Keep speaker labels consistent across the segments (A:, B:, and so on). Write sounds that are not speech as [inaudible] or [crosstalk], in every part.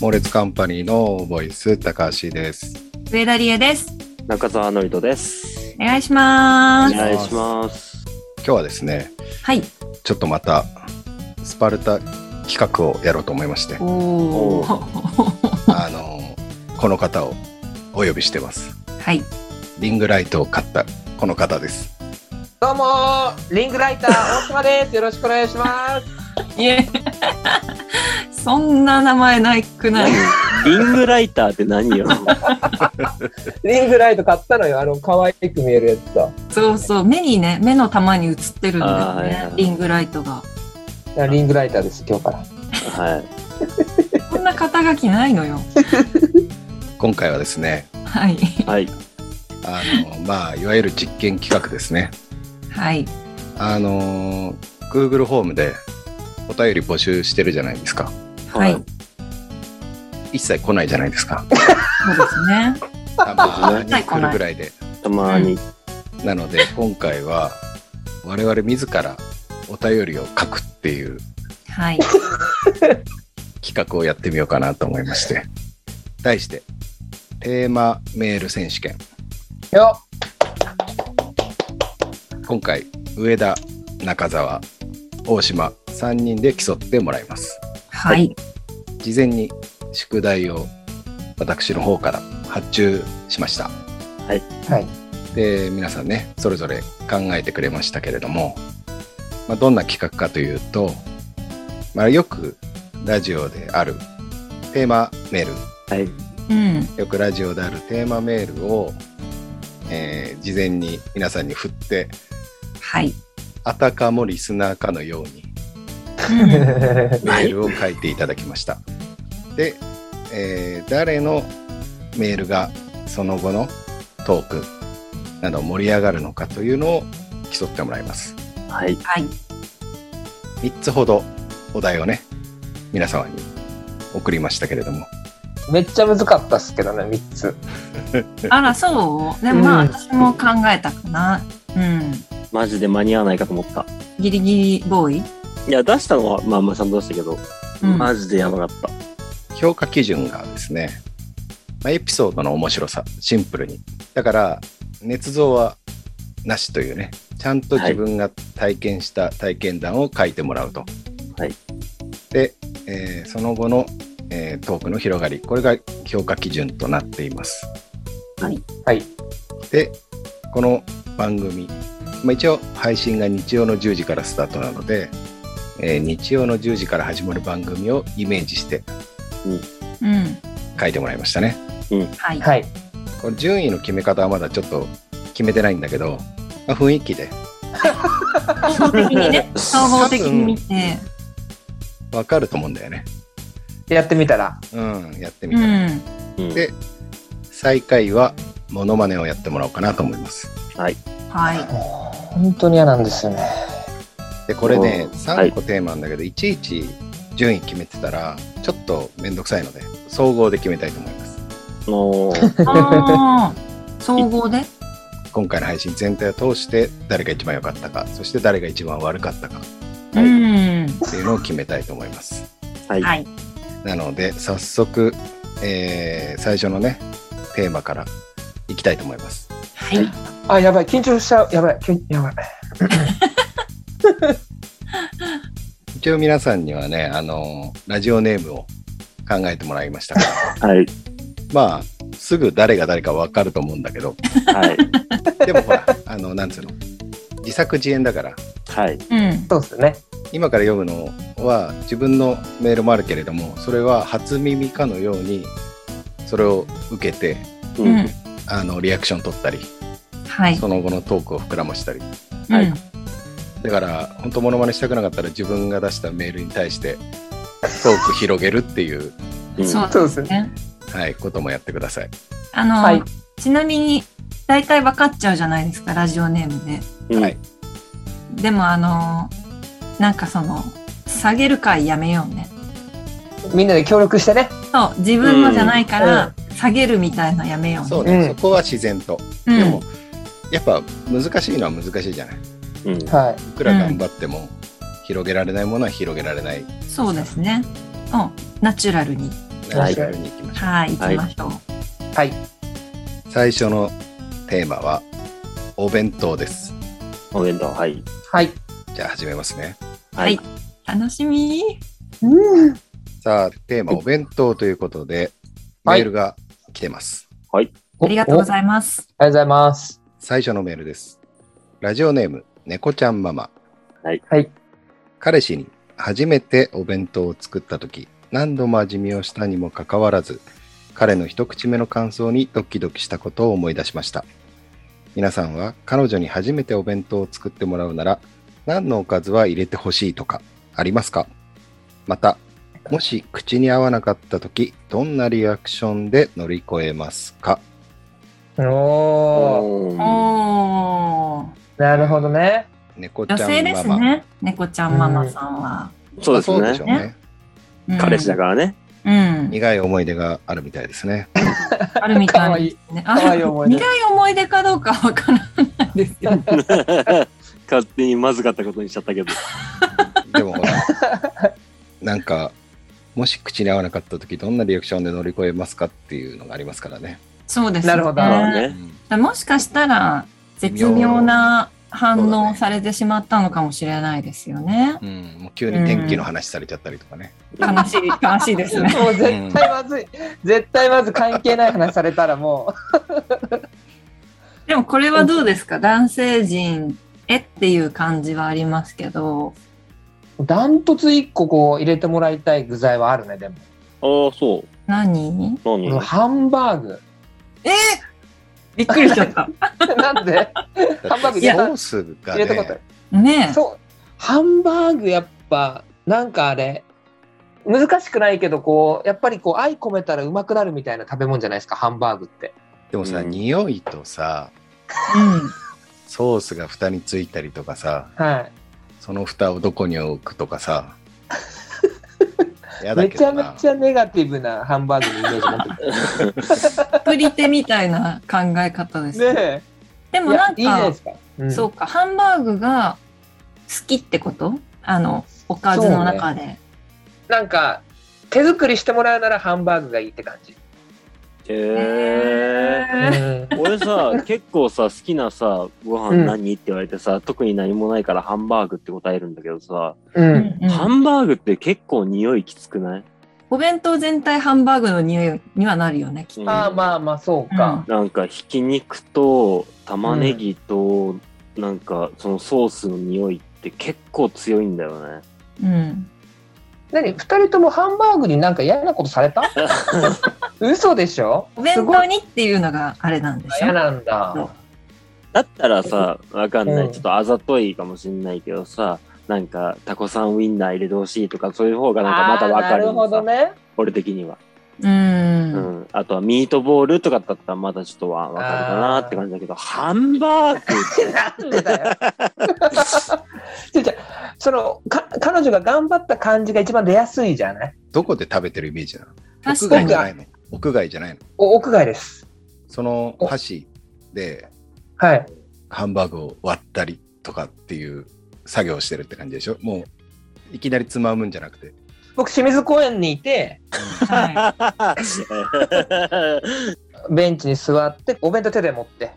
A: モレツカンパニーのボイス高橋です。
B: 上田理恵です。
C: 中澤のりとです。
B: お願いしま
C: お
B: す。
C: 願いします。
A: 今日はですね、
B: はい。
A: ちょっとまたスパルタ企画をやろうと思いまして
B: お、
C: お
B: お。
A: あのこの方をお呼びしてます。
B: はい。
A: リングライトを買ったこの方です。
D: どうもーリングライター大島です。よろしくお願いします。
B: いえ。 [laughs] そんな名前ないくない。
C: リングライターって何よ。
D: リングライト買ったのよ。あの、可愛く見えるやつだ。
B: そうそう。目にね、目の玉に映ってるん
C: あーは
B: だ
C: い
B: よ
C: は
B: ね。
C: い
B: リングライトが。
D: リングライターです、今日から。
C: は
B: こんな肩書きないのよ。
A: 今回はですね、
B: はい。
C: い。はい。
A: あ
B: [laughs]
A: のまあいわゆる実験企画ですね。
B: はい。
A: あの Google ホームでお便り募集してるじゃないですか。
B: はい。そ
C: は
B: う
C: い
A: 一切来ないじゃない
B: [laughs]
A: ですか。
B: ですね。
A: たまに
B: 一切来
A: 来る
B: ない
A: ぐらいで。
C: たまに。
A: なので今回は我々自らお便りを書くっていう
B: はい。
A: 企画をやってみようかなと思いまして題してテーマメール選手権
D: [laughs] よ
A: 今回上田中澤大島3人で競ってもらいます
B: はい。
A: 事前に宿題を私の方から発注しました
D: はい。
A: で皆さんねそれぞれ考えてくれましたけれども、まあ、どんな企画かというと、まあ、よくラジオであるテーマメール
C: はい。
B: うん。
A: よくラジオであるテーマメールを、えー事前に皆さんに振って
B: はい。
A: あたかもリスナーかのように
B: うん
A: メールを書いていただきました。で、えー誰のメールがその後のトークなど盛り上がるのかというのを競ってもらいます。
C: はい。
B: はい。
A: 3つほどお題をね、皆様に送りましたけれども、
D: めっちゃ難かったっすけどね、3つ。
B: あら、そうでもまあ、
D: うん
B: 私も考えたかな。うん。
C: マジで間に合わないかと思った。
B: ギリギリボーイ。
C: いや、出したのは、まあまあちゃんと出したけど、
B: うん
C: マジでやばかった。
A: 評価基準がですね、まあ、エピソードの面白さ、シンプルに。だから、捏造はなしというね、ちゃんと自分が体験した体験談を書いてもらうと。
C: はい
A: で、えーその後の、えートークの広がり、これが評価基準となっています。
B: はい。
D: はい。
A: で、この番組、まあ、一応配信が日曜の10時からスタートなので、えー日曜の10時から始まる番組をイメージして
B: うん。
A: 書いてもらいましたね。
B: はい。
D: はい。
A: これ順位の決め方はまだちょっと決めてないんだけど、まあ、雰囲気で
B: 総合的に [laughs] ね、総合的に見て、
A: わかると思うんだよね。
D: やってみたら。
A: うん、やってみ
B: う
A: たら。
B: ん、
C: うん
A: で最下位はモノマネをやってもらおうかなと思います。
B: はい、
D: 本当に嫌なんですよね。
A: でこれね
C: おーはい
A: 3個テーマなんだけど、い、ちいち順位決めてたらちょっとめんどくさいので総合で決めたいと思います。
C: もう、
B: あー総合で、
A: 今回の配信全体を通して誰が一番良かったかそして誰が一番悪かったか
C: はい
B: うん、
A: っていうのを決めたいと思います。
C: はい。
B: は
C: はい。
B: い、
A: なので早速、えー最初のねテーマからいきたいと思います。
B: はい、
D: あ、やばい。緊張しちゃう。やばい。緊やばい。
A: 一応皆さんにはねあのラジオネームを考えてもらいましたから [laughs]
C: はい。
A: まあすぐ誰が誰か分かると思うんだけど
C: はい。
A: でもほら [laughs] あのなんつうの自作自演だから
C: はい。
B: うん、
D: そうっすね。
A: 今から読むのは自分のメールもあるけれどもそれは初耳かのようにそれを受けて
C: う。
B: うんん、
A: あのリアクション取ったり
B: はい、
A: その後のトークを膨らましたり
B: は
C: はいい、
A: だから本当モノマネしたくなかったら自分が出したメールに対してトーク広げるっていう、
C: うん
B: そう
D: そう
B: で
D: ですす
B: ね。
A: はい、こともやってください。
B: あの、
D: はい
B: ちなみに大体分かっちゃうじゃないですか、ラジオネームで。
C: うん
A: はい
B: でもあのなんかその下げる回やめようね。
D: みんなで協力してね。
B: そう、自分のじゃないから下げるみたいなやめようね。
A: そうね、
D: うん
A: そこは自然と。
B: うん
A: でも、やっぱ難しいのは難しいじゃない。
C: うん。
D: はい
A: くら頑張っても広げられないものは広げられない。
B: そうですね。うん、ナチュラルに。
A: 何しろに行きましょう。
B: はい、行きましょう。
D: はい。
A: 最初のテーマは、お弁当です。
C: お弁当、はい。
D: はい。
A: じゃあ始めますね。
B: はい。楽しみ。
D: うん。
A: さあ、テーマ、お弁当ということで、
D: は
A: メ
D: い
A: ールが来てます。
B: ありがとうご
D: います。
B: ざいます。
D: ありがとうございます。
A: 最初のメールです。ラジオネーム、猫ちゃんママ。
D: はい。
A: 彼氏に初めてお弁当を作った時何度も味見をしたにもかかわらず彼の一口目の感想にドキドキしたことを思い出しました皆さんは彼女に初めてお弁当を作ってもらうなら何のおかずは入れてほしいとかありますかまたもし口に合わなかった時どんなリアクションで乗り越えますか
D: おー。
C: おー
B: おー。
D: なるほどね。
A: 猫ちゃ
B: 女
A: んママ
B: 性ですね。猫ちゃんママさんは。
C: そうです
A: そうでし
C: ね
A: ょう。ね
B: うん
C: 彼氏だからね。
B: うん。
A: 苦い思い出があるみたいです
D: [laughs]
A: ね
B: あるみ
D: か
B: た
D: わい
B: い
D: い。
B: ですね。
D: かわいい
B: あ
D: 思い
B: 苦
D: 出。
B: い思い出かどうかわからないですけど。
C: [laughs] 勝手にまずかったことにしちゃったけど。
A: でもほら、なんか、もし口に合わなかった時どんなリアクションで乗り越えますかっていうのがありますからね。
B: そうですね。
D: なるほど
C: まあ
B: だか
C: ね。
B: らもしかしたら絶妙な反応をされてしまったのかもしれないですよね。
A: うん、もう急に天気の話されちゃったりとかね。
B: 悲しい、悲しいですね。
D: [laughs] もう絶対まずい。絶対まず関係ない話されたらも
B: でもこれはどうですか男性陣へっていう感じはありますけど、
D: う、ダントツ一個こう入れてもらいたい具材はあるね、でも。
C: ああ、そう。
B: 何
C: 何
D: うんハンバーグ。 [laughs]
B: えびっくりしちゃった。
D: なん
A: [laughs]
D: でハンバー
A: だっ
D: グ入れ
A: て
D: た
A: ソースが
D: 入れたことあ
A: ね
D: る、
B: ねえ。
D: そう。ハンバーグやっぱ、なんかあれ、難しくないけど、こう、やっぱりこう、愛込めたらうまくなるみたいな食べ物じゃないですか、ハンバーグって。
A: でもさ、
C: うん
A: 匂いとさ、
B: うん。
A: ソースが蓋についたりとかさ、
D: は
A: その蓋をどこに置くとかさ。や
D: い。め
A: だけ
D: ちゃ
A: ど
D: め
A: な。
D: ちゃネガティブなハンバーグのイメージ持って
B: 作り手みたいな考え方
D: [laughs]
B: ですね。
D: る。ね
B: で
D: え。
B: も
D: いや
B: ないん
D: いじゃない
B: か
D: で、すか。うん
B: そうか、ハンバーグが好きってことあの、おかずの中で。
D: なんか、手作りしてもらうならハンバーグがいいって感じ。
C: へえ。
D: うん
C: 俺さ、結構さ、好きなさ、ご
D: う
C: 飯
D: ん
C: 何って言われてさ、特に何もないからハンバーグって答えるんだけどさ、
D: う。
B: うんんうん
C: ハンバーグって結構匂いきつくない
B: お弁当全体ハンバーグの匂いにはなるよね、きっ
D: ああ、まあまあ、そうか。
B: う
C: なんかひき肉と玉ねぎと、なんかそのソースの匂いって結構強いんだよね。
B: と。うん。
D: 何二人ともハンバーグになんか嫌なことされた嘘でしょ
B: お弁当にっていうのがあれなんでし
D: 嫌
B: ょ
D: なんだ。
C: だったらさ、わかんな
D: うん
C: い。ちょっとあざといかもしんないけどさ、なんかタコさんウインナー入れてほしいとかそういう方がなんかまたわ
D: あー
C: か
D: なる
C: る
D: ほ
C: のさ
D: どね。
C: 俺的には。
B: う。
C: うんん。あとはミートボールとかだったらまだちょっとわわかるかなって感じだけど、ハンバーグって
D: なんでだよ。 [laughs] じゃじゃそのか彼女が頑張った感じが一番出やすいじゃない
A: どこで食べてるイメージなの屋
B: 確か
A: 外
B: に
A: じ。ゃないの屋外じゃないの
D: お屋外です。
A: その箸で
D: はい。
A: ハンバーグを割ったりとかっていう作業をしてるって感じでしょもういきなりつまむんじゃなくて
D: 僕、清水公園にいて、
B: は
D: ベンチに座って、お弁当手で持って。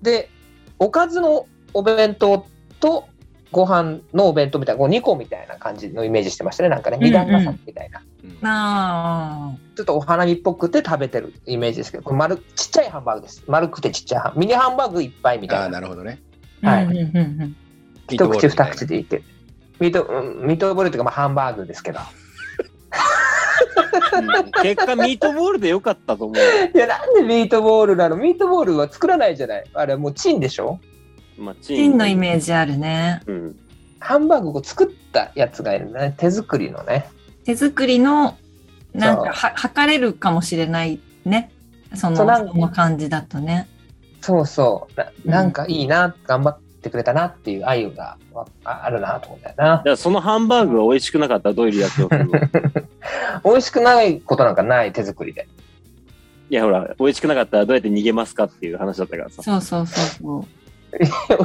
D: で、おかずのお弁当と、ご飯のお弁当みたいな、こう2個みたいな感じのイメージしてましたね。なんかね、
B: うんうん
D: 二段重ねみたいな。
A: うん
B: い。なあ。
D: ちょっとお花見っぽくて食べてるイメージですけど、これ丸、ちっちゃいハンバーグです。丸くてちっちゃいハンミニハンバーグいっぱいみたい
A: あ
D: な
A: あ。なるほどね
D: はい
B: うんうんうんうん
A: ミー
D: 一
A: トボール
D: 口
A: みたい
D: 二
A: な
D: 口でいけミート、うん、ミートボールというか、まあ、ハンバーグですけど。
C: うん結果ミートボールでよかったと思う。
D: いや、なんでミートボールなのミートボールは作らないじゃない。あれ、もうチンでしょ
C: まあ、チ
B: 金のイ
C: ー
B: メージあるね。
C: ジ。うん。
D: ハンバーグを作ったやつがいるね。手作りのね。
B: 手作りの、なん
D: そう
B: か、は、測れるかもしれないね。その、
D: そうなん
B: その感じだとね。
D: そうそう。な
B: うん
D: なんかいいな、頑張ってくれたなっていう愛がわああるなと思うんだよな
C: だ。からそのハンバーグが美味しくなかったらどういうリアクションするの [laughs]
D: 美味しくないことなんかない、手作りで。 [laughs]
C: いやほら、美味しくなかったらどうやって逃げますかっていう話だったからさ。
B: そうそうそうそう。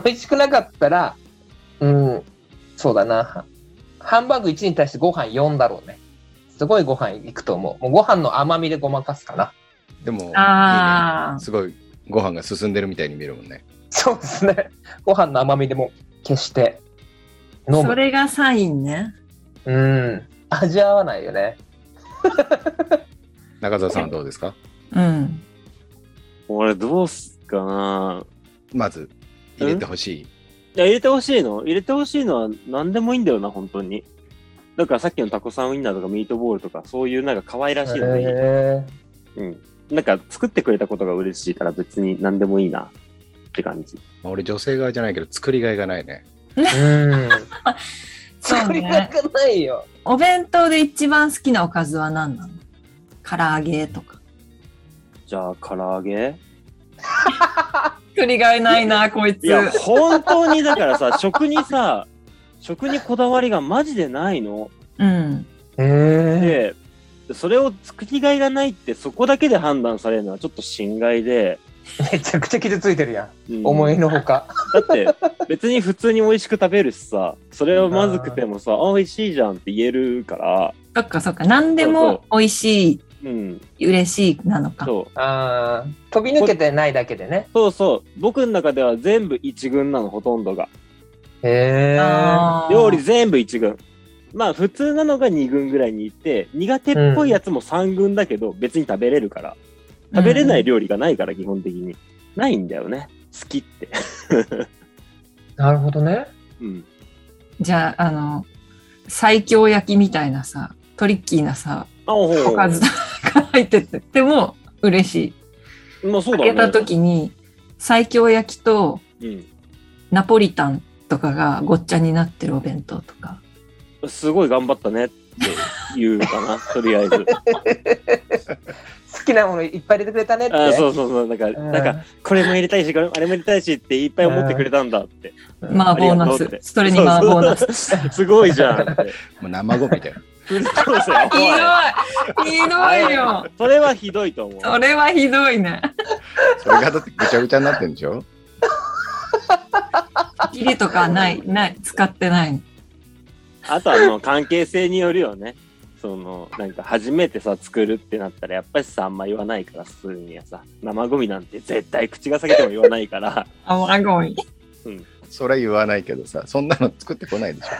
D: 美味しくなかったら、うん、そうだな。ハンバーグ1に対してご飯4だろうね。すごいご飯いくと思う。もうご飯の甘みでごまかすかな。 [laughs]
A: でも、いい
B: あ
A: ねすごいご飯が進んでるみたいに見えるもんね。
D: そうですね。ご飯の甘みでも決して
B: あ、
D: 飲
B: そ
D: む。
B: れがサインね。
D: うん。味合わないよね。
A: 中澤さんはどうですか
B: うん。
C: 俺どうすっかな
A: まず、入れてほしい。
C: いや、入れてほしいの入れてほしいのは何でもいいんだよな、本当に。だからさっきのタコさんウインナーとかミートボールとか、そういうなんか可愛らしいのがいい。
D: へ
C: うん。なんか作ってくれたことが嬉しいから別に何でもいいなって感じ。
A: まあ俺、女性側じゃないけど、作りがいがないね。
D: ーうん。
B: [laughs] そう
D: 作りた
B: ね。
D: くないよ。
B: お弁当で一番好きなおかずは何なの唐揚げとか。
C: じゃあ、唐揚げ
B: 作りがいないな、こいつ
C: い。や、本当にだからさ、 [laughs] 食にさ、食にこだわりがマジでないの。
B: うん。
D: へえ。
C: で、それを作りがいがないってそこだけで判断されるのはちょっと心外で。
D: めちゃくちゃ傷ついてるやん。
C: うん
D: 思いのほか。
C: だって別に普通に美味しく食べるしさそれをまずくてもさあ美味しいじゃんって言えるから
B: そっかそっか。何でも美味しい、
C: うん
B: 嬉しいなのか。
C: そう
D: [laughs] ああ。飛び抜けてないだけでね。
C: そうそう僕の中では全部一軍なのほとんどが
D: へえ。
B: あー
C: 料理全部一軍まあ普通なのが二軍ぐらいにいて苦手っぽいやつも三軍だけど別に食べれるから食べれない料理がないから基本的にないんだよね好きって、
D: なるほどね。
C: うん、
B: じゃあ、あの、最強焼きみたいなさ、トリッキーなさ、
C: あお
B: おかずが入ってて、でも嬉しい。
C: まあそうだ
B: 開
C: ね
B: けた時に、最強焼きと
C: う
B: ナポリタンとかがごっちゃになってるお弁当とか。
C: ん、すごい頑張ったねって言うか
B: [laughs]
C: なとりあえず
D: 好きなものいっぱい入れてくれたねって。
C: あそうそうそうなんか、
D: うん
C: なんかこれも入れたいしこれもあれも入れたいしっていっぱい思ってくれたんだって、
D: うん
B: まあ、ボーナ
C: ありがとう
B: ス
C: って。
B: それにまあ、ボーナス。
C: ス [laughs] すごいじゃん
B: [laughs]
C: って
A: もう生ゴミだよ。
C: フルコースよ
B: ひどいひどいよ
C: それはひどいと思う
B: それはひどいね。
A: それがだってぐちゃぐちゃになってんでしょ
B: 切りとかない、ない、使ってない。
C: あとはもう関係性によるよねそのなんか初めてさ作るってなったらやっぱりさあんま言わないから普通にはさ生ゴミなんて絶対口が裂けても言わないから
B: あ、わごい。
A: それは言わないけどさ、そんなの作ってこないでしょ。
C: はい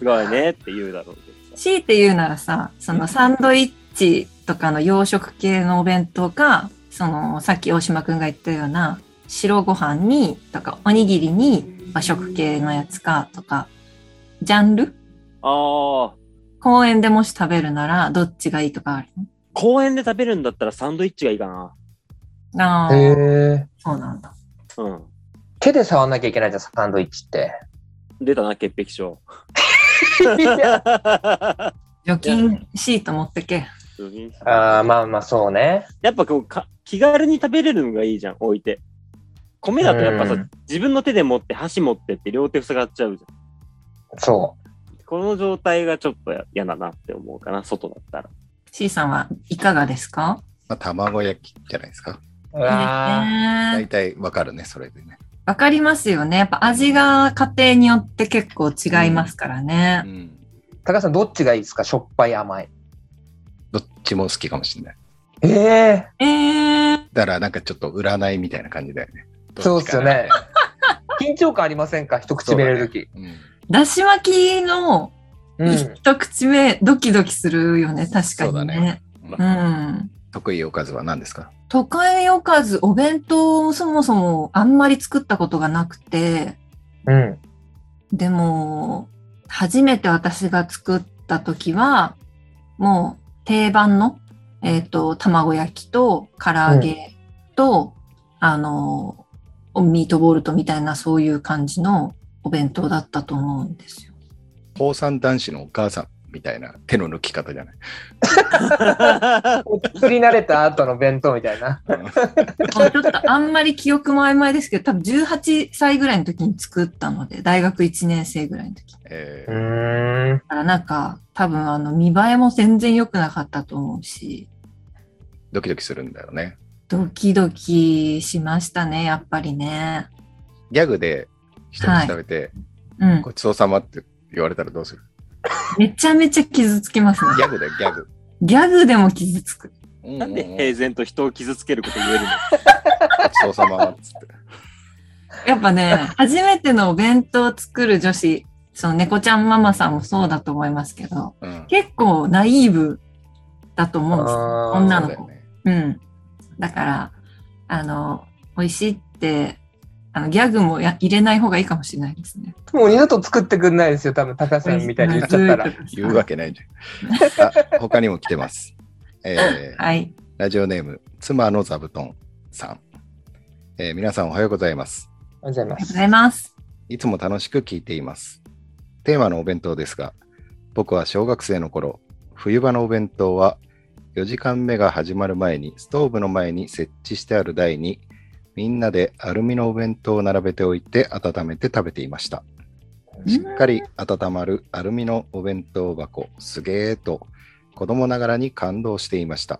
C: すごいねって言うだろうけどさ
B: 強いて言うならさ、そのサンドイッチとかの洋食系のお弁当か、そのさっき大島くんが言ったような白ご飯にとかおにぎりに和食系のやつかとか、ジャンル
C: ああ
B: 公園でもし食べるならどっちがいいとかある
C: 公園で食べるんだったらサンドイッチがいいかな
B: のあ
D: へ
B: あ、
D: え。
B: そうなんだ。
C: うん
D: 手で触んなきゃいけないじゃん、サンドイッチって。
C: 出たな潔癖症
D: い
C: [laughs]
D: や
B: 除菌シート持ってけ。
D: ああ、まあまあ、そうね。
C: やっぱこうか気軽に食べれるのがいいじゃん置いて米だとやっぱさ、
D: うん
C: 自分の手で持って箸持ってって両手塞がっちゃうじゃ
D: そ
C: んこの状態がちょっとや嫌だなって思うかな外だったら
B: C さんはいかがですか
A: まあ、卵焼きじゃないですか。
D: う。うわー
B: いい
A: 大
B: で
A: 体
B: すね
A: わかるね、それでね。
B: わかりますよね。やっぱ味が家庭によって結構違いますからね。
A: うん。
D: 高橋さん、どっちがいいですかしょっぱい甘い。
A: どっちも好きかもしれない。
D: ええ
B: えー、
A: だからなんかちょっと占いみたいな感じだよね。
D: そうっすよ [laughs] ね緊張感ありませんか一口目入れると
A: ど
D: き。
A: っちかな。うん
B: だし巻きの
D: うん。
B: 一口目ドキドキするよね、確か
A: そうだ
B: に
A: ね
B: ね。
A: うん
B: うん。
A: 得意おかずは何ですか
B: 都会おかず、お弁当をそもそもあんまり作ったことがなくて、
D: うん。
B: でも、初めて私が作った時は、もう定番の、えっ、と、卵焼きと唐揚げと、あの、ミートボールとみたいなそういう感じのお弁当だったと思うんですよ。
A: 高三男子のお母さんみたいな手の抜き方じゃない。
C: [laughs]
D: [laughs] 作り慣れた後の弁当みたいな。
B: もうちょっとあんまり記憶も曖昧ですけど、多分18歳ぐらいの時に作ったので、大学1年生ぐらいの時。だ
A: え
D: う
A: ー
D: ーん。
B: からなんか、多分あの、見栄えも全然良くなかったと思うし、
A: ドキドキするんだよね。
B: ドキドキしましたね、やっぱりね。
A: ギャグで一口食べて、
B: うん。
A: ごちそうさまって言われたらどうする
B: めちゃめちゃ傷つきますね。
A: ギャグだよ、ギャグ。
B: ギャグでも傷つく。
A: うん
C: なんで
A: うんうん
C: 平然と人を傷つけること言えるの
A: ごちそうさまっつって。
B: やっぱね、初めてのお弁当を作る女子、その猫ちゃんママさんもそうだと思いますけど、
A: うん。
B: 結構ナイーブだと思うんですよ
D: あー
B: 女
A: そう
B: の
A: だよ
B: 子。
A: ね
B: うん。だから、あの、美味しいって、あの、ギャグもや入れない方がいいかもしれないですね。
D: もう二度と作ってくんないですよ、多分、高さんみたいに言っちゃったら。
A: 言うわけないじゃん。あ、他にも来てます。えー
B: はい。
A: ラジオネーム、妻の座布団さん。えー皆さんおはようございます。
D: ありがと
B: あ
D: うござい
B: りが
D: ま
B: とうご
D: す。
B: ざいます。
A: いつも楽しく聞いています。テーマのお弁当ですが、僕は小学生の頃、冬場のお弁当は、4時間目が始まる前に、ストーブの前に設置してある台に、みんなでアルミのお弁当を並べておいて温めて食べていました。しっかり温まるアルミのお弁当箱、すげーと子供ながらに感動していました。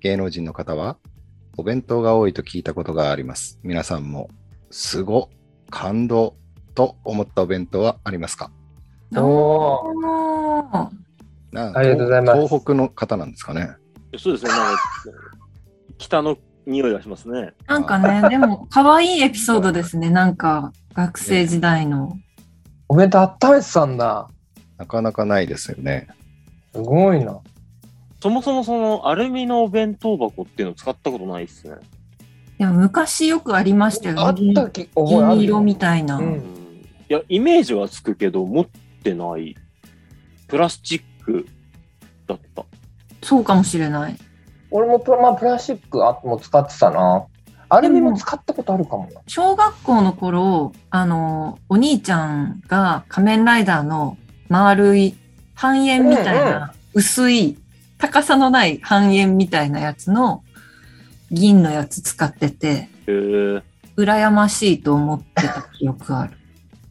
A: 芸能人の方は、お弁当が多いと聞いたことがあります。皆さんも、すご、感動と思ったお弁当はありますか
D: おお
B: おー
A: な
D: ありがとうございます
A: 東北の方なんですかね。
C: そうですね、なんか、北の匂いがしますね。
B: なんか
D: [laughs]
B: ね、でも、可愛いエピソードですね。なんか、学生時代の。
D: お弁当温めてたんだ。
A: なかなかないですよね。
D: すごいな。
C: そもそもそのアルミのお弁当箱っていうのを使ったことないですね。
B: でも、昔よくありました
D: あ
B: よ
D: っ
B: ね。
D: たき覚えあ
B: 銀
D: る
B: 色
D: よ。
B: みたいな。
D: うん
C: いや、イメージはつくけど、持ってない。プラスチックだった。
B: そうかもしれない。
D: 俺もプラ,、まあ、プラスチックあも使ってたな。アルミも使ったことあるかもな。
B: 小学校の頃、あの、お兄ちゃんが仮面ライダーの丸い半円みたい
D: うんう
B: な薄い高さのない半円みたいなやつの銀のやつ使ってて、
C: へえ。
B: 羨ましいと思ってた記憶ある。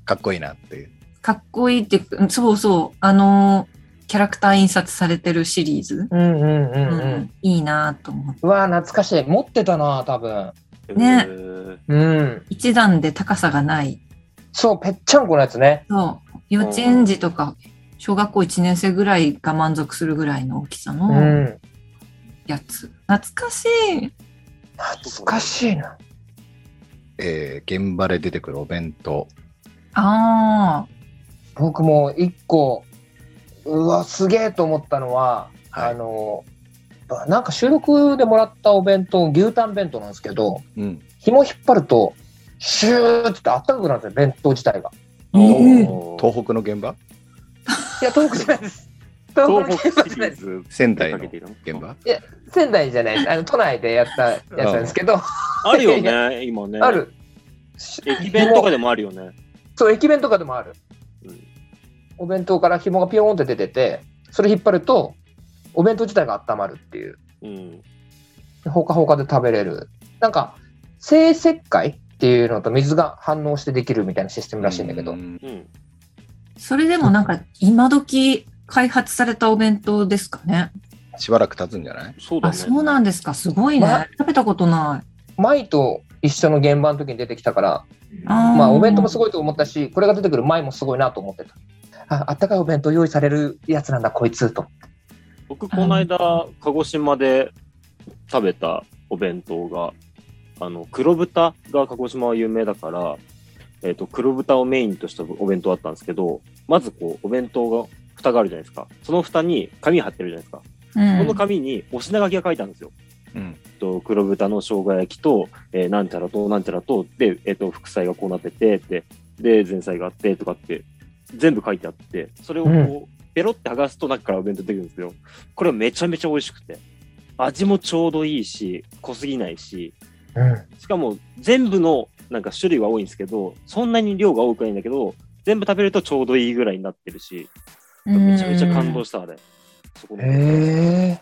A: かっこいいなっていう。
B: かっこいいって、うんそうそう、あの、キャラクター印刷されてるシリーズ、
D: うんうんう
B: うん
D: うん。
B: いいなと思って。
D: うわ懐かしい。持ってたな、多分。
B: ね
C: へー
D: うん。
B: 一段で高さがない。
D: そう、ぺっちゃんこのやつね。
B: そう。幼稚園児とか、小学校1年生ぐらいが満足するぐらいの大きさ
D: う
B: の
D: ん。
B: やつ。懐かしい。
D: 懐かしいな。
A: えー現場で出てくるお弁当。
B: ああ。
D: 僕も一個、うわ、すげえと思ったのは、
A: はい
D: あの、なんか収録でもらったお弁当、牛タン弁当なんですけど、
A: うん。
D: 紐引っ張ると、シューってあったかくなるんですよ、弁当自体が。
B: えー
C: おー
A: 東北の現場
D: いや、遠くじゃないです。遠く
C: 東北
D: じ
C: シ
D: ゃ
C: リ
D: ないで
C: ー
D: す。
C: ズ
A: 仙台の
C: かけているの
A: 現場
D: 仙台じゃないです。あの、都内でやったやつなんですけど、
C: あるよね、今ね。
D: あ。る。
C: 駅弁とかでもあるよね。
D: そう、駅弁とかでもある。
C: うん
D: お弁当から紐がピョーンって出てて、それ引っ張ると、お弁当自体が温まるっていう。
C: うん。
D: ほかほかで食べれる。なんか、生石灰っていうのと水が反応してできるみたいなシステムらしいんだけど
A: う。ん
C: うん。
B: それでもなんか、今時開発されたお弁当ですかね。
A: しばらく経つんじゃない
C: そうだ
B: あ、
C: ね。
B: そうなんですか。すごいね
D: ま。
B: 食べたことない。
D: 舞と一緒の現場の時に出てきたから、
B: あ
D: まあ、お弁当も
B: い。
D: すごいと思ったし、これが出てくる舞もすごいなと思ってた。ああったかいお弁当用意されるやつなんだ、こいつと。
C: 僕この間鹿児島で食べたお弁当があの黒豚が鹿児島は有名だから、えっと黒豚をメインとしたお弁当だったんですけどまずこうお弁当が蓋があるじゃないですかその蓋に紙貼ってるじゃないですか、
B: う
C: この
B: ん、
C: 紙にお品書きが書いてあるんですよ、
A: うん。
C: えっと黒豚の生姜焼きと、えーなんちゃらとなんちゃらとで、えっと副菜がこうなっててでで前菜があってとかって全部書いてあってそれをこう、
D: う
C: ペロって剥がすと中からお弁当出てくるんですよこれめちゃめちゃ美味しくて味もちょうどいいし濃すぎないし
D: うん。
C: しかも全部のなんか種類は多いんですけどそんなに量が多くないんだけど全部食べるとちょうどいいぐらいになってるしめちゃめちゃ感動したあれそこの
D: へえ。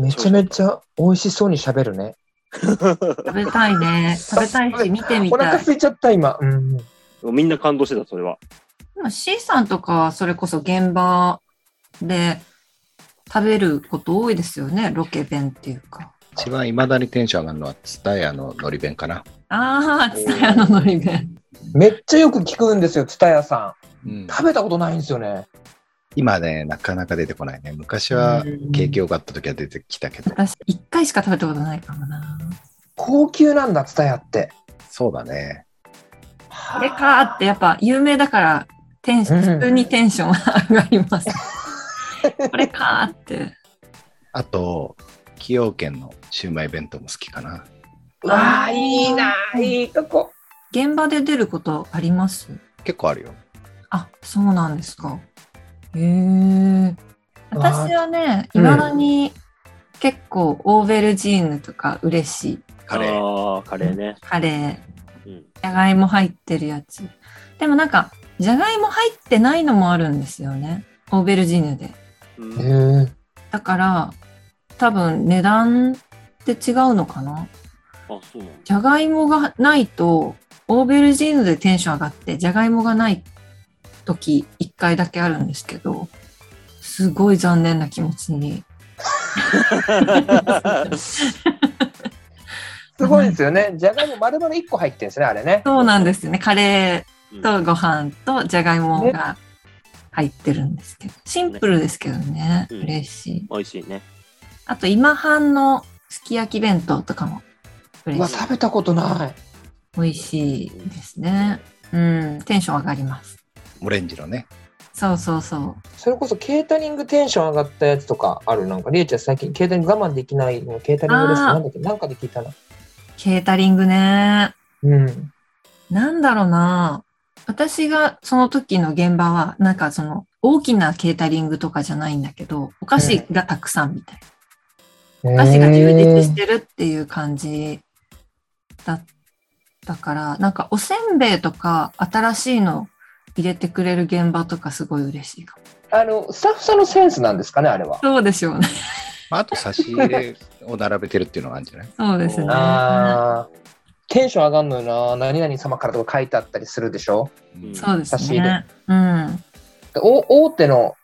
D: めちゃめちゃ美味しそうに喋るね。
B: 食べたいね。食べたいし、見てみ
D: お
B: た
D: 腹
B: い。
D: 空いちゃった、今。うん。
C: [laughs] みんな感動してたそれは
B: でも C さんとか、それこそ現場で食べること多いですよね。ロケ弁っていうか。
A: 一番いまだにテンション上がるのは、ツタヤののり弁かな。
B: ああ、ツタヤののり弁。
D: めっちゃよく聞くんですよ、蔦屋さん。
A: うん
D: 食べたことないんですよね。
A: 今ね、なかなか出てこないね。昔は景気良かった時は出てきたけど、
B: 私、一回しか食べたことないかもな。
D: 高級なんだ、ツタヤって。
A: そうだね。
B: これかーって、やっぱ有名だから、テンション、
D: うん
B: 普通にテンションが上がり [laughs] ます。これかーって。
A: あと、崎陽軒のシウマイ弁当も好きかな。
D: わあ、いいな、いいとこ。
B: 現場で出ることあります
A: 結構あるよ。
B: あ、そうなんですか。へえ。私はね、
D: う
B: い
D: ん
B: まだに結構オーベルジーヌとか嬉しい。
A: カレー。
C: ああ、カレーね。
B: カレー、
C: うん。
B: じゃがいも入ってるやつ。でもなんか、じゃがいも入ってないのもあるんですよね。オーベルジーヌで。
C: うん
D: へ
B: だから、多分値段って違うのかな
C: あ、そうなんだ。
B: じゃがいもがないと、オーベルジーヌでテンション上がって、じゃがいもがない時、一回だけあるんですけど、すごい残念な気持ちに。
D: すごいですよね。じゃがいも丸々一個入ってるんですね、あれね。
B: そうなんですよね。カレ
C: う
B: ー
C: ん
B: とご飯とじゃがいもが入ってるんですけど、シンプルですけどね、
C: うん
B: 嬉しい。
C: 美味しいね。
B: あと、今半のすき焼き弁当とかも
D: う
B: 嬉
D: わ、
B: しい。
D: 食べたことない。
B: 美味しいですね。うん、テンション上がります。
A: オレンジのね。
B: そうそうそう。
D: それこそケータリングテンション上がったやつとかある。なんか、りえちゃん最近ケータリング我慢できないの、ケータリングレストランなんだっけなんかで聞いたな。
B: ケータリングね。
D: うん。
B: なんだろうな。私がその時の現場は、なんかその大きなケータリングとかじゃないんだけど、お菓子がたくさんみたいな。お菓子が充実してるっていう感じだったから、なんかおせんべいとか新しいの入れてくれる現場とかすごい嬉しいかも。
D: あの、スタッフさんのセンスなんですかね、あれは。
B: そうでしょうね。
A: まあ、あと、差し入れを並べてるっていうのがあるんじゃない
B: そうですね。
D: あーテンション上がるのよな。何々様からとか書いてあったりするでしょ。
A: うん
B: そうです
D: 差し入れ
B: ね。うん。
D: でお大手の、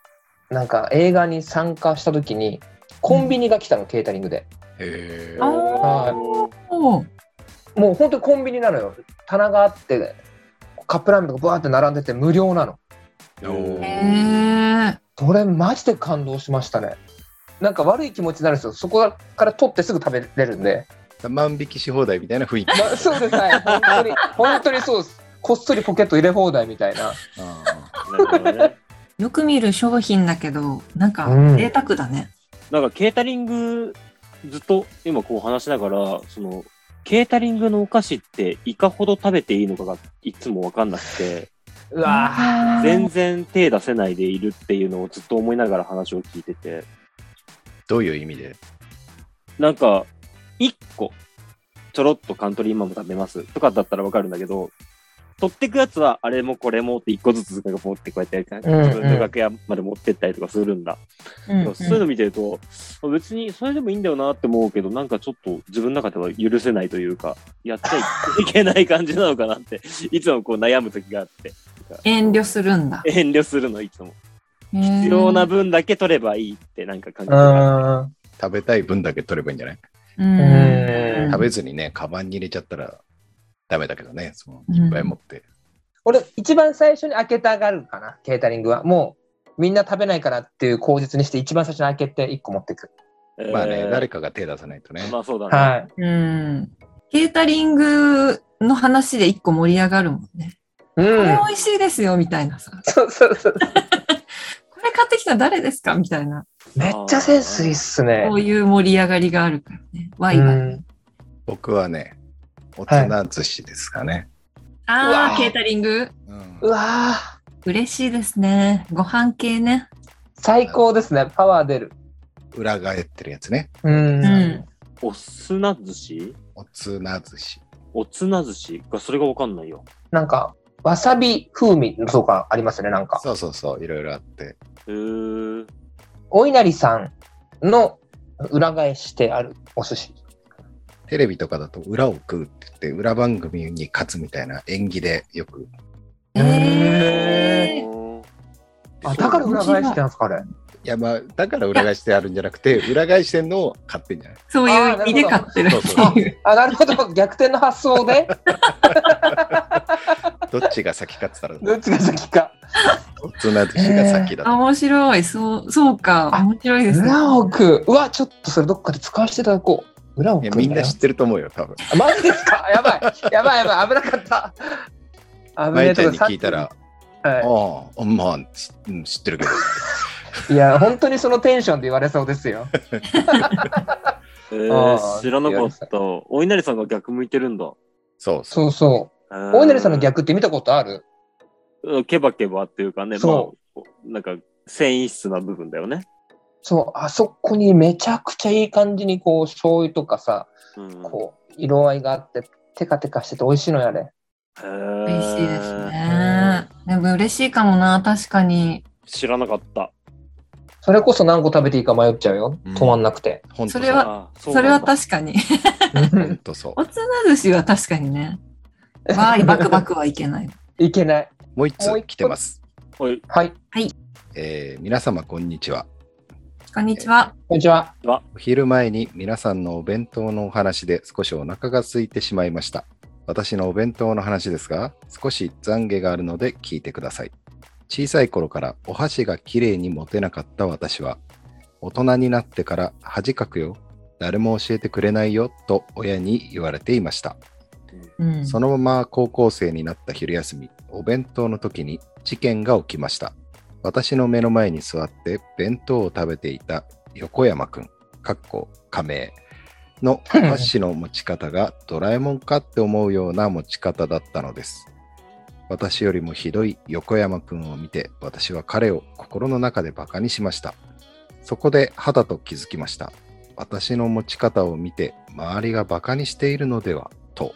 D: なんか映画に参加した時に、コンビニが来たの、ケータリングで。
A: へー
B: あおー
D: もう本当にコンビニなのよ。棚があって、カップラーメンとかバーって並んでて無料なの。
A: お
B: へ
A: ー
B: え。
D: それマジで感動しましたね。なんか悪い気持ちになるんですよ。そこから取ってすぐ食べれるんで。
A: 万引きし放題みたいな雰囲気。
D: まあ、そうです、はい。本当に、本当にそうです。こっそりポケット入れ放題みたいな。
A: ああ
C: なるほどね
B: よく見る商品だけど、なんか
D: うん
B: 贅沢だね。
C: なんかケータリング、ずっと今こう話しながら、その、ケータリングのお菓子っていかほど食べていいのかがいつもわかんなくて、
D: うわぁ。
C: 全然手出せないでいるっていうのをずっと思いながら話を聞いてて、
A: どういう意味で
C: なんか、1個、ちょろっとカントリーマンも食べますとかだったらわかるんだけど、取ってくやつはあれもこれもって1個ずつ持ってこうやって、自分の楽屋まで持ってったりとかするんだ。
B: うん
C: そういうの見てると、別にそれでもいいんだよなって思うけど、なんかちょっと自分の中では許せないというか、やっちゃいけない感じなのかなって、 [laughs] いつもこう悩む時があって、
B: 遠慮するんだ。
C: 遠慮するの、いつも。
B: 必
C: 必要な分だけ取ればいいって、なんか感
D: う
C: 覚が
D: ーん。
A: 食べたい分だけ取ればいいんじゃない、
B: うん。
A: 食べずにね、カバンに入れちゃったらダメだけどね、その
B: うん
A: いっぱい持って。
D: 俺、一番最初に開けたがるかな、ケータリングは。もう、みんな食べないからっていう口実にして、一番最初に開けて1個持っていく。
C: えー
A: まあね、誰かが手出さないとね。
C: まあそうだね。
D: は
B: うん。ケータリングの話で一個盛り上がるもんね。こ
D: い。う
B: れ
D: ん。
B: 美味しいですよ、みたいなさ。
D: そうそうそう。
B: これ買ってきた誰ですかみたいな。
D: めっちゃセンスいいっすね
B: こ。ういう盛り上がりがあるからね。ワ
D: う
B: イワイ。
D: ん。
A: 僕はね、おつな寿司ですかね。
D: う
B: あ
D: わ
B: あ、ケータリング。
A: うん
D: うわぁ。
B: 嬉しいですね。ご飯系ね。
D: 最高ですね。パワー出る。
A: 裏返ってるやつね。
D: うん。
B: うん
C: おすな寿司
A: おつな寿司。
C: おつな寿司がそれがわかんないよ。
D: なんか、わさび風味のそうかありますね、なんか。
A: そうそうそう、いろいろあって。
C: へー
D: お稲荷さんの裏返してあるお寿司。
A: テレビとかだと裏を食うって言って、裏番組に勝つみたいな演技でよく。
D: うん
B: えー
D: あ、だから裏返してなんですか、あれ。
A: いや、まあ、だから裏返してあるんじゃなく [laughs] て、裏返してんのを買ってんじゃない
B: そういう意味で買ってる
A: そうそう
B: っていう。
D: あ、なるほど。逆転の発
A: [laughs]
D: 想で、
A: どっちが先かって言ったら、 [laughs]
D: どっちが先か。
A: どっツナ寿司が先だ
B: あ
A: と。
B: 面白い。そう、そうか。
D: あ
B: 面白いですね。
D: 裏奥。うわ、ちょっとそれどっかで使わせていただこう。裏
A: い
D: 奥
A: やみんな知ってると思うよ、多分。
D: あマジですかやばい。やばいやばい。危なかった。危
A: ま
D: ねえ
A: ゆち
D: と
A: ゃ
D: こ
A: んに聞いたら、あ
D: は
A: あ、まあ、しうん知ってるけど。
D: い、いや、本当にそのテンションで言われそうですよ。
C: え
D: あー
C: ー、知らなかった。お稲荷さんが逆向いてるんだ。
A: そうそう。
D: そうそ
C: え
D: う。
C: ー
D: 大稲荷さんの逆って見たことある
C: うんケバケバっていうかね、
D: そ
C: まあ、なんか繊維質な部分だよね。
D: そう、あそこにめちゃくちゃいい感じにこう、醤油とかさ、
C: うん、
D: こう、色合いがあって、テカテカしてて美味しいのやれ。
C: へー
B: 嬉しいですね。でも嬉しいかもな、確かに。
C: 知らなかった。
D: それこそ何個食べていいか迷っちゃうよ。
A: うん
D: 止まんなく [laughs] て。
A: 本当
B: そうれは
C: あー
B: そう
C: なん
B: れ
C: だ
B: は確かに。
A: 本当そう。
B: おつな寿司は確かにね。わーい、バクバクはいけない。
D: いけない。
A: もう一
D: もう
A: つ
D: 一個
A: 来てます。
C: はい、
D: はい。
A: えー皆様、こんにちは。
B: こんにちは。
D: こんにちは。
A: お昼前に皆さんのお弁当のお話で少しお腹が空いてしまいました。私のお弁当の話ですが、少し懺悔があるので聞いてください。小さい頃からお箸がきれいに持てなかった私は、大人になってから恥かくよ、誰も教えてくれないよと親に言われていました。
B: うん。
A: そのまま高校生になった昼休み、お弁当の時に事件が起きました。私の目の前に座って弁当を食べていた横山くん、かっこ仮名のお箸の持ち方がドラえもんかって思うような持ち方だったのです。私よりもひどい横山くんを見て、私は彼を心の中で馬鹿にしました。そこで肌と気づきました。私の持ち方を見て、周りが馬鹿にしているのではと。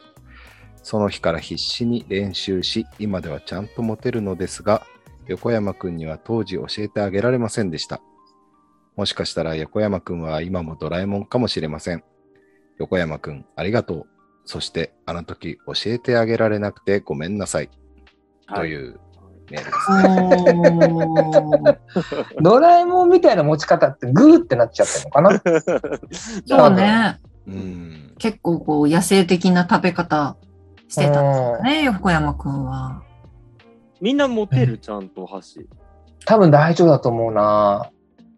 A: その日から必死に練習し、今ではちゃんと持てるのですが、横山くんには当時教えてあげられませんでした。もしかしたら横山くんは今もドラえもんかもしれません。横山くん、ありがとう。そして、あの時教えてあげられなくてごめんなさい。
C: はい
A: というメールです。
B: おー。
D: ドラえもんみたいな持ち方ってグーってなっちゃってるのかな
B: そうね。
A: うん。
B: 結構こう、野生的な食べ方してたんですね、横山くんは。
C: みんな持てる、ちゃんとお箸。
D: 多分大丈夫だと思うな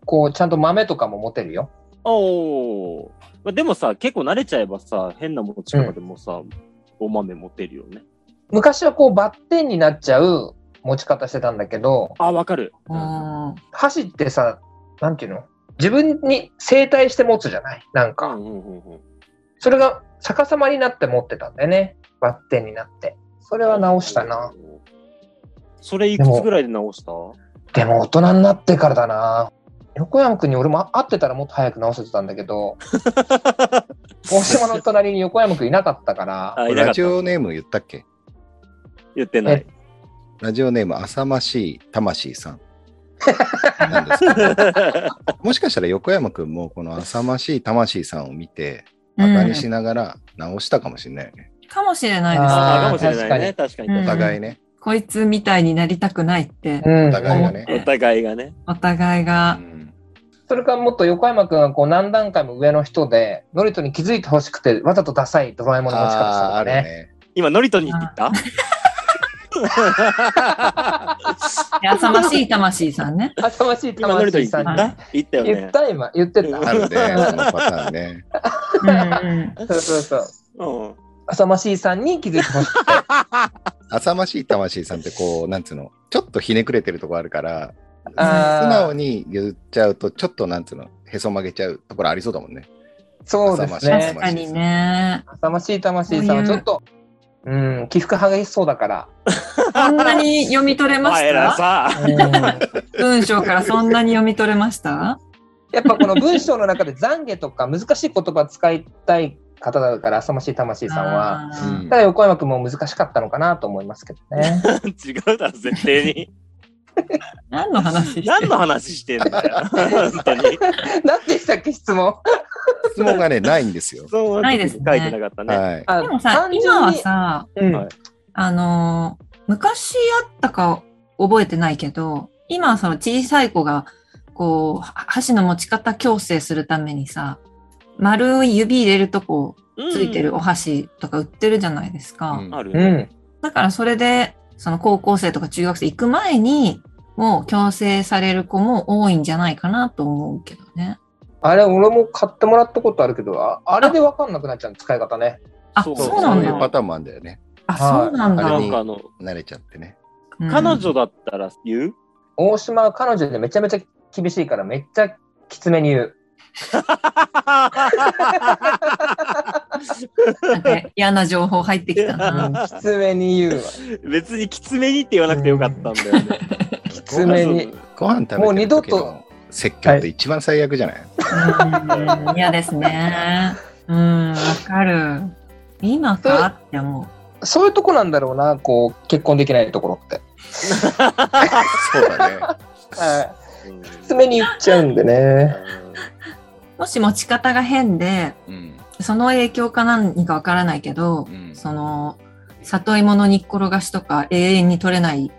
D: こうちゃんと豆とかも持てるよ
C: おお。まあ、でもさ、結構慣れちゃえばさ、変な持ち方でもさ、お豆持てるよね。
D: 昔はこうバッテンになっちゃう持ち方してたんだけど
C: あ、わかる。
B: おー
D: 箸ってさなんていうの自分に正対して持つじゃないなん
C: う
D: か
C: んうんうんうん。
D: それが逆さまになって持ってたんだよねバッテンになってそれは直したな。
C: それいくつぐらいで直した
D: でも大人になってからだな横山君に俺も会ってたらもっと早く直せてたんだけど大島の隣に横山君いなかったから
C: あ、いなか
A: ラ
C: っ
A: ジ
C: た。
A: オネーム言ったっけ
C: 言ってない。 [laughs]
A: ラジオネーム、浅ましい魂さん。なんです
C: [laughs]
A: けど、もしかしたら横山くんもこの浅ましい魂さんを見て、馬鹿にしながら直したかもしれないよね。
B: かもしれないです
C: あ
D: あ
C: あ、
D: ー
C: かもしれないね。確かに。
B: うん
A: お互いね、
B: こいつみたいになりたくないって、
D: うん
A: お互いがね。
C: お互いがね。
B: お互いうが。
A: ん
D: それからもっと横山君がこう何段階も上の人で、ノリトに気づいてほしくて、わざとダサいドラえもんの持ち方した
A: あーある
D: んだよね。
A: ね。
C: 今、ノリトにって言った
B: やさましい魂さんね。
D: 頭しい
C: [laughs] 今、ノリトに
D: 魂
C: って言った言
D: さんに。
C: ったよ
D: 言
C: ね
D: っ。た今、言ってた。
A: あるね、そのパターンね。
B: うんうん
D: そうそうそ
C: う
D: う。
C: ん。
D: 浅ましいさんに気づいてほしくて。
A: 浅ましい魂さんってこう、なんつうの、ちょっとひねくれてるとこあるから、素
D: あー
A: 直に言っちゃうと、ちょっとなんつうの、へそ曲げちゃうところありそうだもんね。
D: そうです
A: ね
B: 確
D: ね。
B: かにね。
D: 浅ましい魂さんはちょっと、うん、起伏激しそうだから。
B: そんなに読み取れ
C: お
B: まし
C: 前ら
B: た
C: さ、
D: うんや
B: 文章からそんなに読み取れました
D: っぱこの文章の中で懺悔とか難しい言葉使いたい方だから、浅ましい魂さんは。
B: あ
A: う
B: ー
A: ん
D: ただ横山君も難しかったのかなと思いますけどね。
C: 違うだろ、絶対に。
B: 何の話してる
C: 何の話してんだよ。本当に。
D: 何でしたっけ質問。
A: 質問がね、ないんですよ。
C: [laughs] そう
B: ないですね
C: 書いてなかったね。
A: はい。
D: あ
B: でもさ
D: 単、純に
B: 今はさ、
D: うん
C: はい
B: あのー昔あったか覚えてないけど、今はその小さい子が、こう、は箸の持ち方矯正するためにさ、丸い指入れるとこ
C: うん
B: ついてるお箸とか売ってるじゃないですか。
A: うん
C: ある
D: う
C: ね。
D: ん。
B: だからそれで、その高校生とか中学生行く前に、を強制される子も多いんじゃないかなと思うけどね。
D: あれ、俺も買ってもらったことあるけど、ああれで分かんなくなっちゃうの使い方ね。
B: あ、
C: そ
B: そうう
A: そう
B: な
A: そ
B: ん
A: ういうパ
B: だ。
A: ターンもあるんだよね。
B: あ、そうなんだ。
A: は
C: ないんかあの、
A: 慣れちゃってね。
B: うん
C: 彼女だったら言う [laughs]
D: 大島は彼女でめちゃめちゃ厳しいから、めっちゃきつめに言う。
B: なんか嫌な情報入ってきたな。
D: きつめに言うわ。
C: 別にきつめにって言わなくてよかったんだよ
B: [laughs]
C: ね。
D: きつめに。
A: ご飯食べてる時の
D: もう二度と
A: 説教って一番最悪じゃない、
B: うん嫌ですね。うん、わかる。今かって思う。
D: そういうとこなんだろうな、こう、結婚できないところって。
A: そうだね。
D: はい。
C: うん
D: きつめに言っちゃうんでね。
B: もし持ち方が変で、
A: うん。
B: その影響か何かわからないけど
A: う、ん。
B: その、里芋の煮っころがしとか永遠に取れない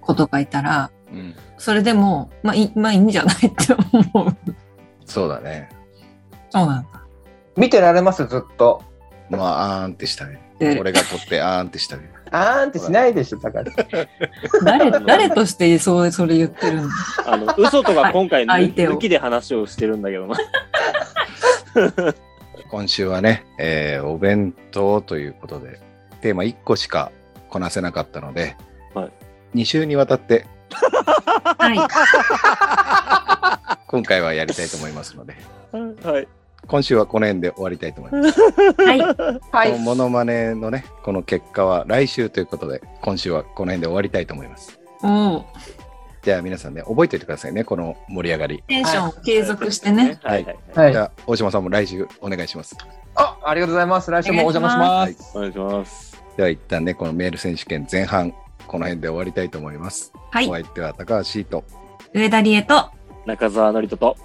B: 子とかいたら、
A: うん
B: それでも、まあいい、まあいいんじゃないって思 [laughs] う。
A: そうだね。
B: そうなんだ。
D: 見てられます、ずっと。
A: まあ、あーんってしたね。
B: で
A: 俺が取ってあーんってしたね。
D: あーんってしないでしょ、高橋。
A: [laughs]
B: 誰、誰としてそう、それ言ってるんだ。
C: あの嘘とか今回
B: はい相手を
C: 抜きで話をしてるんだ
B: [laughs]
C: けどな。
A: 今週はね、えーお弁当ということで、テーマ1個しかこなせなかったので、
C: はい
A: 2週にわたって
B: はい。
A: 今回はやりたいと思いますので、
C: はい。
A: 今週はこの辺で終わりたいと思います。
B: はい。
D: は
A: この
D: い。
A: モノマネのね、この結果は来週ということで、今週はこの辺で終わりたいと思います。
B: おう
A: じゃあ皆さんね、覚えておいてくださいね、この盛り上がり。
B: テンションを継続してね。。
C: はいはい。
D: は
A: じ
D: い。
A: ゃあ、大島さんも来週お願いします。
D: あ、ありがとうございます。来週もお邪魔し
A: お
D: ま。
A: 願いします
C: お願いします。
A: では一旦ね、このメール選手権前半、この辺で終わりたいと思います。
B: は
A: お
B: い。
A: 相手は高橋と。
B: 上田理恵と、
C: 中澤のりとと。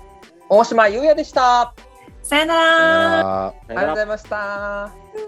D: 大島優也でした。あ
B: さよな
A: さよなら
B: ら
D: りがとうございました。
B: う